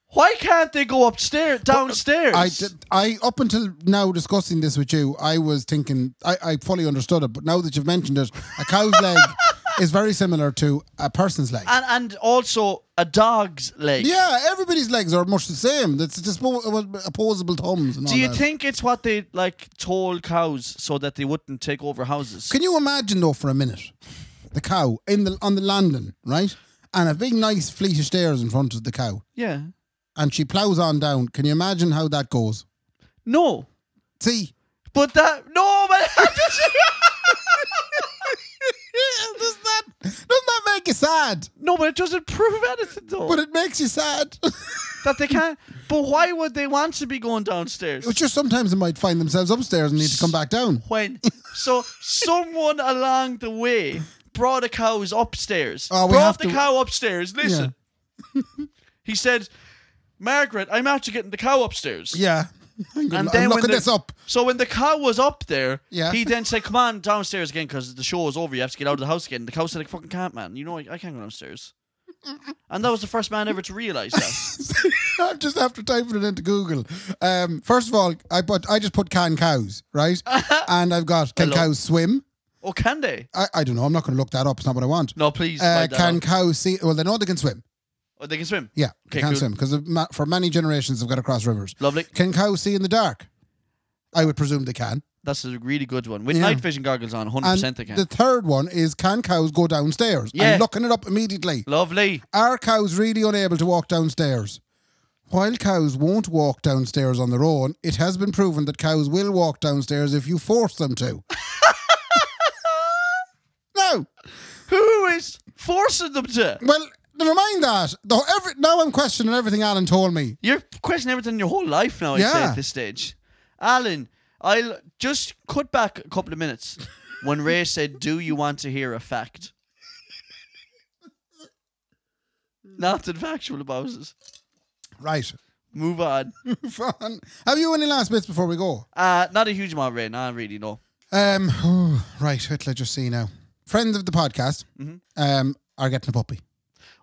Why can't they go upstairs, downstairs?
uh, I, did- I up until now discussing this with you, I was thinking I, I fully understood it, but now that you've mentioned it, a cow's leg is very similar to a person's leg.
and and also a dog's leg.
yeah, everybody's legs are much the same. That's dispo- uh, opposable thumbs. And all
Do you
that.
think it's what they like told cows so that they wouldn't take over houses?
Can you imagine though for a minute, the cow in the on the landing, right, and a big nice fleet of stairs in front of the cow,
yeah.
and she ploughs on down. Can you imagine how that goes?
No.
See.
But that no, but
does that doesn't that make you sad?
no, but it doesn't prove anything though.
But it makes you sad.
that they can't. But why would they want to be going downstairs?
it's just sometimes they might find themselves upstairs and need to come back down.
When so someone along the way brought the cows upstairs.
Oh, we have
brought the
to-
cow upstairs. Listen, he said, "Margaret, I'm after getting the cow upstairs."
Yeah. I'm, gonna-
And
I'm
then when
looking
the-
this up.
So when the cow was up there,
Yeah.
he then said, "Come on downstairs again, because the show is over. You have to get out of the house again." And the cow said, "I fucking can't, man. You know, I, I can't go downstairs." And that was the first man ever to realize that.
I'm just after typing it into Google. Um, first of all, I put I just put can cows, right? and I've got can
Hello.
cows swim?
oh, can they?
I, I don't know. I'm not going to look that up. It's not what I want.
No, please.
Uh,
find that
can
out.
cows see? Well, they know they can swim.
Oh, they can swim.
Yeah, they
Okay,
can
cool.
swim because for many generations they've got to cross rivers.
Lovely.
Can cows see in the dark? I would presume they can.
That's a really good one. With
Yeah.
night vision goggles on, 100%
And
they can.
the third one is can cows go downstairs?
Yeah.
I'm looking it up immediately.
Lovely.
Are cows really unable to walk downstairs? While cows won't walk downstairs on their own, it has been proven that cows will walk downstairs if you force them to. no.
Who is forcing them to?
Well, Never mind that. Though every now I'm questioning everything Alan told me.
You're questioning everything in your whole life now, I'd say,
Yeah.
at this stage. Alan, I'll just cut back a couple of minutes when Ray said, Do you want to hear a fact? Nothing factual about it.
Right.
Move on.
Fun. Have you any last bits before we go?
Uh, not a huge amount, Ray. Nah, really, no.
Um. right. What will I just see now? Friends of the podcast um, are getting a puppy.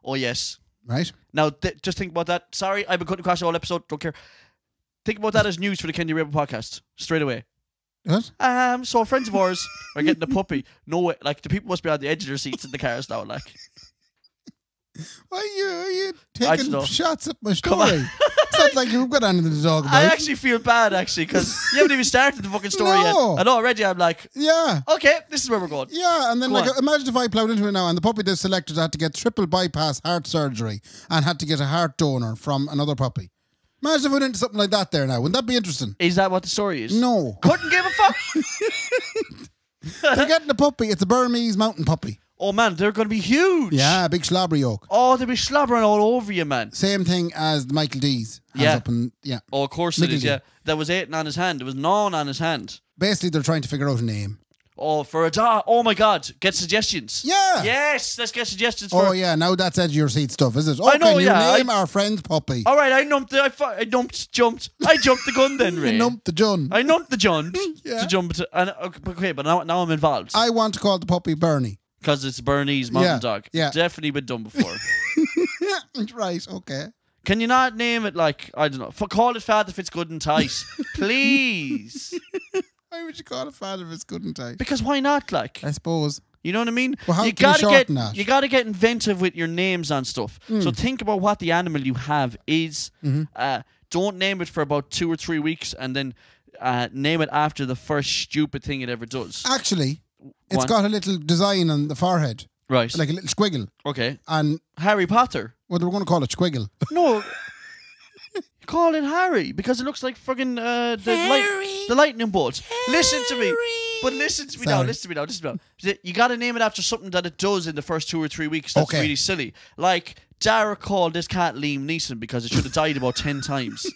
Oh, yes.
Right.
Now, th- just think about that. Sorry, I've been cutting across the whole episode. Don't care. Think about that as news for the Kendi Rebel podcast straight away.
What?
Um, so friends of ours are getting a puppy. No way, like the people must be on the edge of their seats in the cars now. Like,
Why are you, are you
I
taking
don't know.
shots at my
on.
story? it's not like you've got anything to talk about.
I actually feel bad actually because you haven't even started the fucking story
No.
yet, and already I'm like,
yeah.
okay, this is where we're going.
Yeah, and then
Go
like
on.
imagine if I plowed into it now, and the puppy they selected had to get triple bypass heart surgery and had to get a heart donor from another puppy. Imagine if we went into something like that there now. Wouldn't that be interesting?
Is that what the story is?
No,
couldn't give a fuck.
they're getting a puppy. It's a Burmese mountain puppy.
oh man, they're gonna be huge.
Yeah, a big slobber yolk.
Oh, they'll be slobbering all over you, man.
Same thing as the Michael D's. has
Yeah.
Up in, yeah.
Oh, of course it is.
Mickey.
Yeah, there was eight on his hand. There was nine on his hand.
Basically, they're trying to figure out a name.
Oh, for a dog. Oh my God, get suggestions.
Yeah.
Yes, let's get suggestions for.
Oh yeah, now that's edge of your seat stuff, is it? Okay,
know,
you
yeah,
name
I-
our friend's puppy.
All right, I numped. I, fu- I numped. Jumped. I jumped the gun then, Ray.
Nump the John. I,
I numped the jump
Yeah.
to jump to. And uh, okay, but- okay, but now, now I'm involved
want to call the puppy Bernie.
because it's Bernese mountain
Yeah,
dog.
yeah.
definitely been done before.
right. Okay.
Can you not name it like I don't know? For call it Father Fitzgood and Tice, please.
Why would you call a father if it's good and tight?
Because why not? Like
I suppose.
You know what I mean?
Well, how
you
can you
gotta
shorten
get
that? Mm.
you gotta get inventive with your names and stuff. So think about what the animal you have is.
Mm-hmm.
Uh, don't name it for about two or three weeks, and then uh, name it after the first stupid thing it ever
Ah,
does.
Actually, it's
What?
got a little design on the forehead,
right?
like a little squiggle.
okay.
And
Harry Potter.
what they were going to call it squiggle.
No. call it Harry because it looks like fucking uh, the light, the lightning bolt. Listen to me. But listen to me now.
Sorry.
Listen to me now. Listen to me now. You got to name it after something that it does in the first two or three weeks. That's
Okay.
really silly. Like Dara called this cat Liam Neeson because it should have died about ten times.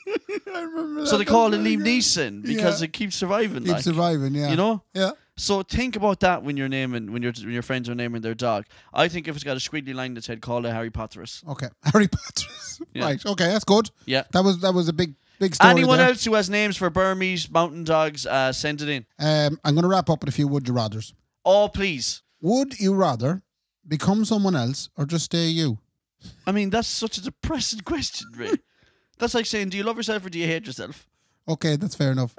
I remember
so they call it Liam Neeson because it keeps surviving.
Keep
like.
surviving, yeah.
You know.
Yeah.
So think about that when you're naming when your when your friends are naming their dog. I think if it's got a squiggly line that said call it Harry Potterus.
Okay. Harry Potter.
Yeah.
Right. Okay, that's good.
Yeah.
That was that was a big big story.
Anyone
there.
else who has names for Burmese mountain dogs, uh, send it in.
Um, I'm going to wrap up with a few would you rather's.
Oh, please.
Would you rather become someone else or just stay you?
I mean, that's such a depressing question, Ray. that's like saying, do you love yourself or do you hate yourself?
Okay, that's fair enough.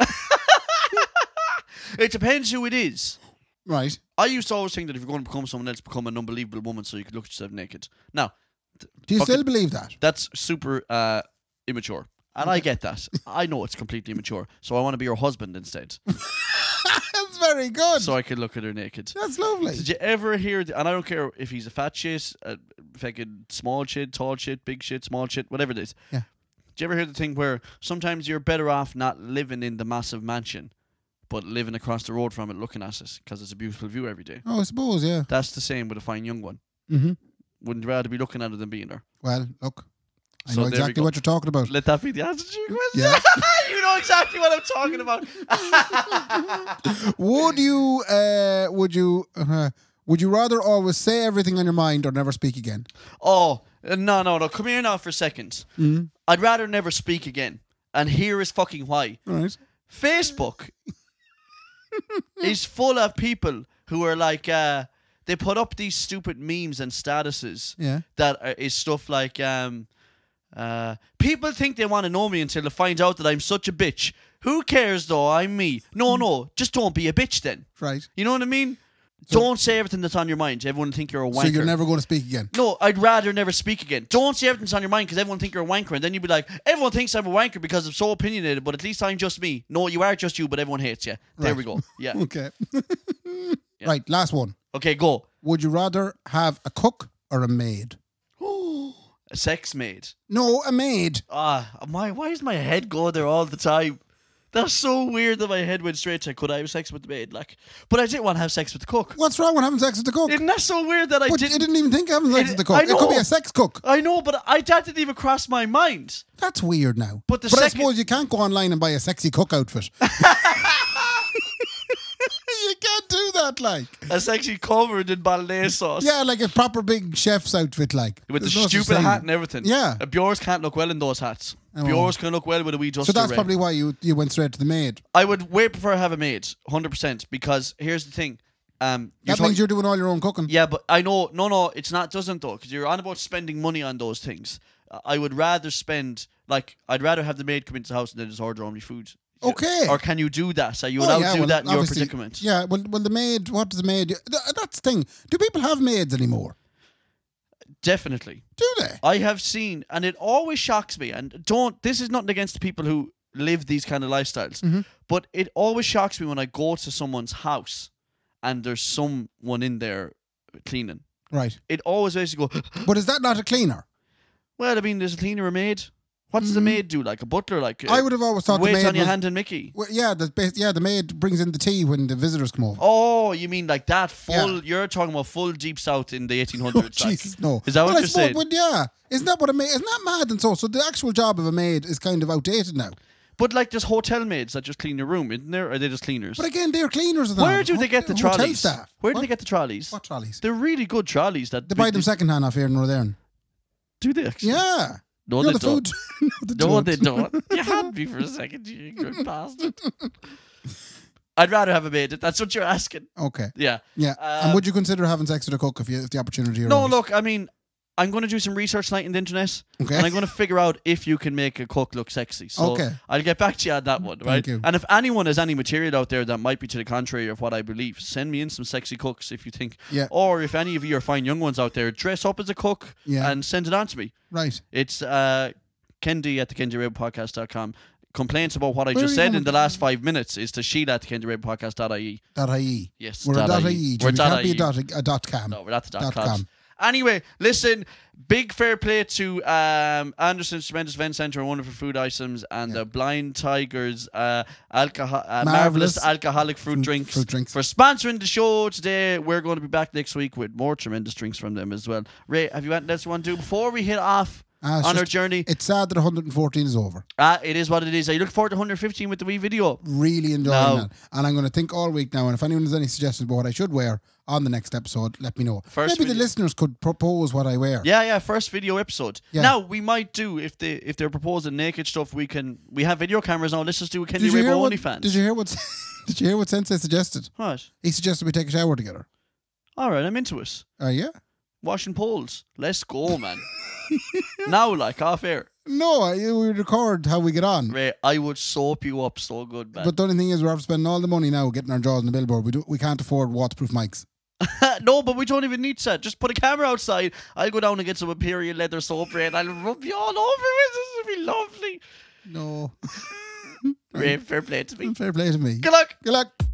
It depends who it is.
right.
I used to always think that if you're going to become someone else, become an unbelievable woman so you could look at yourself naked. Now,
Do you
Fuck
still
it.
believe that?
that's super uh, immature. And I get that. I know it's completely immature. So I want to be your husband instead.
that's very good.
so I could look at her naked.
That's lovely.
Did you ever hear? th- and I don't care if he's a fat shit, a fucking small shit, tall shit, big shit, small shit, whatever it is.
Yeah.
Did you ever hear the thing where sometimes you're better off not living in the massive mansion, but living across the road from it, looking at it, because it's a beautiful view every day.
Oh, I suppose, yeah.
That's the same with a fine young one.
hmm
Wouldn't rather be looking at it than being there.
Well, look, I
So
know
there we
exactly
go.
what you're talking about.
Let that be the answer to your question.
Yeah.
you know exactly what I'm talking about.
would you? Uh, would you? Uh, would you rather always say everything on your mind or never speak again?
Oh, uh, no, no, no. Come here now for a second.
Mm-hmm.
I'd rather never speak again. And here is fucking why.
Right.
Facebook is full of people who are like, uh, they put up these stupid memes and statuses
Yeah.
that are, is stuff like, um, uh, people think they want to know me until they find out that I'm such a bitch. Who cares though? I'm me. No,
Mm.
no, just don't be a bitch then.
Right.
You know what I mean? don't say everything that's on your mind. Everyone will think you're a wanker.
So you're never going to speak again.
No, I'd rather never speak again. Don't say everything's on your mind because everyone think you're a wanker, and then you'd be like, everyone thinks I'm a wanker because I'm so opinionated, but at least I'm just me. No, you are just you, but everyone hates you. There
Right.
we go. Yeah.
Okay. Right. Last one.
Okay, go.
Would you rather have a cook or a maid?
a sex maid.
No, a maid.
Ah, my why does my head go there all the time? That's so weird that my head went straight to could I have sex with the maid? Like, but I didn't want to have sex with the cook.
What's wrong with having sex with the cook?
Isn't that so weird that I
but you
didn't?
didn't even think of having sex
It-
with the cook.
I
It could be
know.
a sex cook.
I know, but I that didn't even cross my mind.
That's weird now.
But the
I
second-
suppose you can't go online and buy a sexy cook outfit. you can't do that, like.
That's actually covered in ballet sauce.
Yeah, like a proper big chef's outfit, like.
With the
There's no such
stupid
thing.
hat and everything.
Yeah. Oh.
Uh, Bjorns can't look well in those hats. Bjorns can look well with a wee duster
So that's
red.
probably why you you went straight to the maid.
I would way prefer have a maid, hundred percent. Because here's the thing, um, you're
That
talk-
means you're doing all your own cooking.
yeah, but I know, no, no, it's not doesn't though, because you're on about spending money on those things. Uh, I would rather spend like I'd rather have the maid come into the house and then just order only food. Yeah.
Okay.
Or can you do that? Are you
Oh,
allowed
yeah,
to do
well,
that in your
obviously-
predicament?
Yeah, well, well, the maid, what does the maid do? Th- That's the thing. Do people have maids anymore?
Definitely.
Do they?
I have seen, and it always shocks me. And don't this is nothing against the people who live these kind of lifestyles,
Mm-hmm.
but it always shocks me when I go to someone's house and there's someone in there cleaning.
Right.
It always makes you go,
But is that not a cleaner?
well, I mean, there's a cleaner, a maid. What does a maid do? Like a butler, like uh,
Mm-hmm. I would have always thought the
waits
maid
on your
was-
hand and Mickey.
Well, yeah, the bas- yeah, the maid brings in the tea when the visitors come over.
Oh, you mean like that full?
Yeah.
You're talking about full deep south in the 1800s.
Oh,
like.
Jesus, no.
Is that
Well,
what
I
you're
suppose-
saying?
well, yeah, isn't that what a maid? Isn't that mad and so? So the actual job of a maid is kind of outdated now.
But like, there's hotel maids that just clean your room, isn't there? Or are they just cleaners?
But again, they're cleaners. and
Where
all.
do they get the
Hotel
trolleys?
Staff.
Where do
What-
they get the trolleys?
what trolleys?
They're really good trolleys that
They buy them secondhand off here in Northern.
Do they actually?
Yeah.
No,
You're the
they don't.
food. no, they
No,
don't.
they don't. You had me for a second, you good bastard. I'd rather have a maid. if That's what you're asking.
Okay.
Yeah.
Yeah. and
Um,
would you consider having sex with a cook if, you, if the opportunity arose?
No, look. I mean, I'm going to do some research tonight in the internet,
Okay.
and I'm going to figure out if you can make a cook look sexy. So
Okay.
I'll get back to you on that one, right?
you.
And if anyone has any material out there that might be to the contrary of what I believe, send me in some sexy cooks if you think.
Yeah.
Or if any of you are fine young ones out there, dress up as a cook
Yeah.
and send it on to me.
Right.
It's uh, Kendi at the KendiRabPodcast.com. Complaints about what I
Where
just
are you
said
going
in the last five minutes is to Sheila at kendirabpodcast.ie.
Dot IE.
E. Yes,
We're a
dot
dot
IE.
IE.
We're
Jimmy. can't
dot E.
be a
IE.
dot, a dot com.
No, we're not the dot,
Dot
com.
com.
Anyway, listen, big fair play to um, Anderson's Tremendous Event Centre and Wonderful Food Items and the Blind Tigers uh, alcohol, uh, Marvelous
Marvellous
Alcoholic Fruit,
fruit-
drinks,
fruit drinks.
for sponsoring the show today. We're going to be back next week with more tremendous drinks from them as well. Ray, have you anything else you want to do before we hit off
Ah, it's
on our
just-
journey?
It's sad that 114 is over.
Ah, it is what it is. I look forward to 115 with the wee video.
Really enjoying
No.
that. And I'm going to think all week now. And if anyone has any suggestions about what I should wear on the next episode, let me know.
First
Maybe the
video-
listeners could propose what I wear.
Yeah, yeah, first video episode.
Yeah.
Now we might do if they if they're proposing naked stuff, we can we have video cameras now. Let's just do a Kenny
Did you, hear
Rainbow
what,
OnlyFans.
did you hear what? Did you hear what Sensei suggested?
Right.
He suggested we take a shower together.
All right, I'm into it.
Uh, yeah.
Washing poles. Let's go, man. now, like half air.
No, I, we record how we get on.
Ray, I would soap you up so good, man.
But the only thing is, we're after spending all the money now getting our jaws on the billboard. We do, we can't afford waterproof mics.
no, but we don't even need that. Just put a camera outside. I'll go down and get some imperial leather soap, Ray, and I'll rub you all over with. This will be lovely.
No.
Ray, fair play to me.
Fair play to me.
Good luck.
Good luck.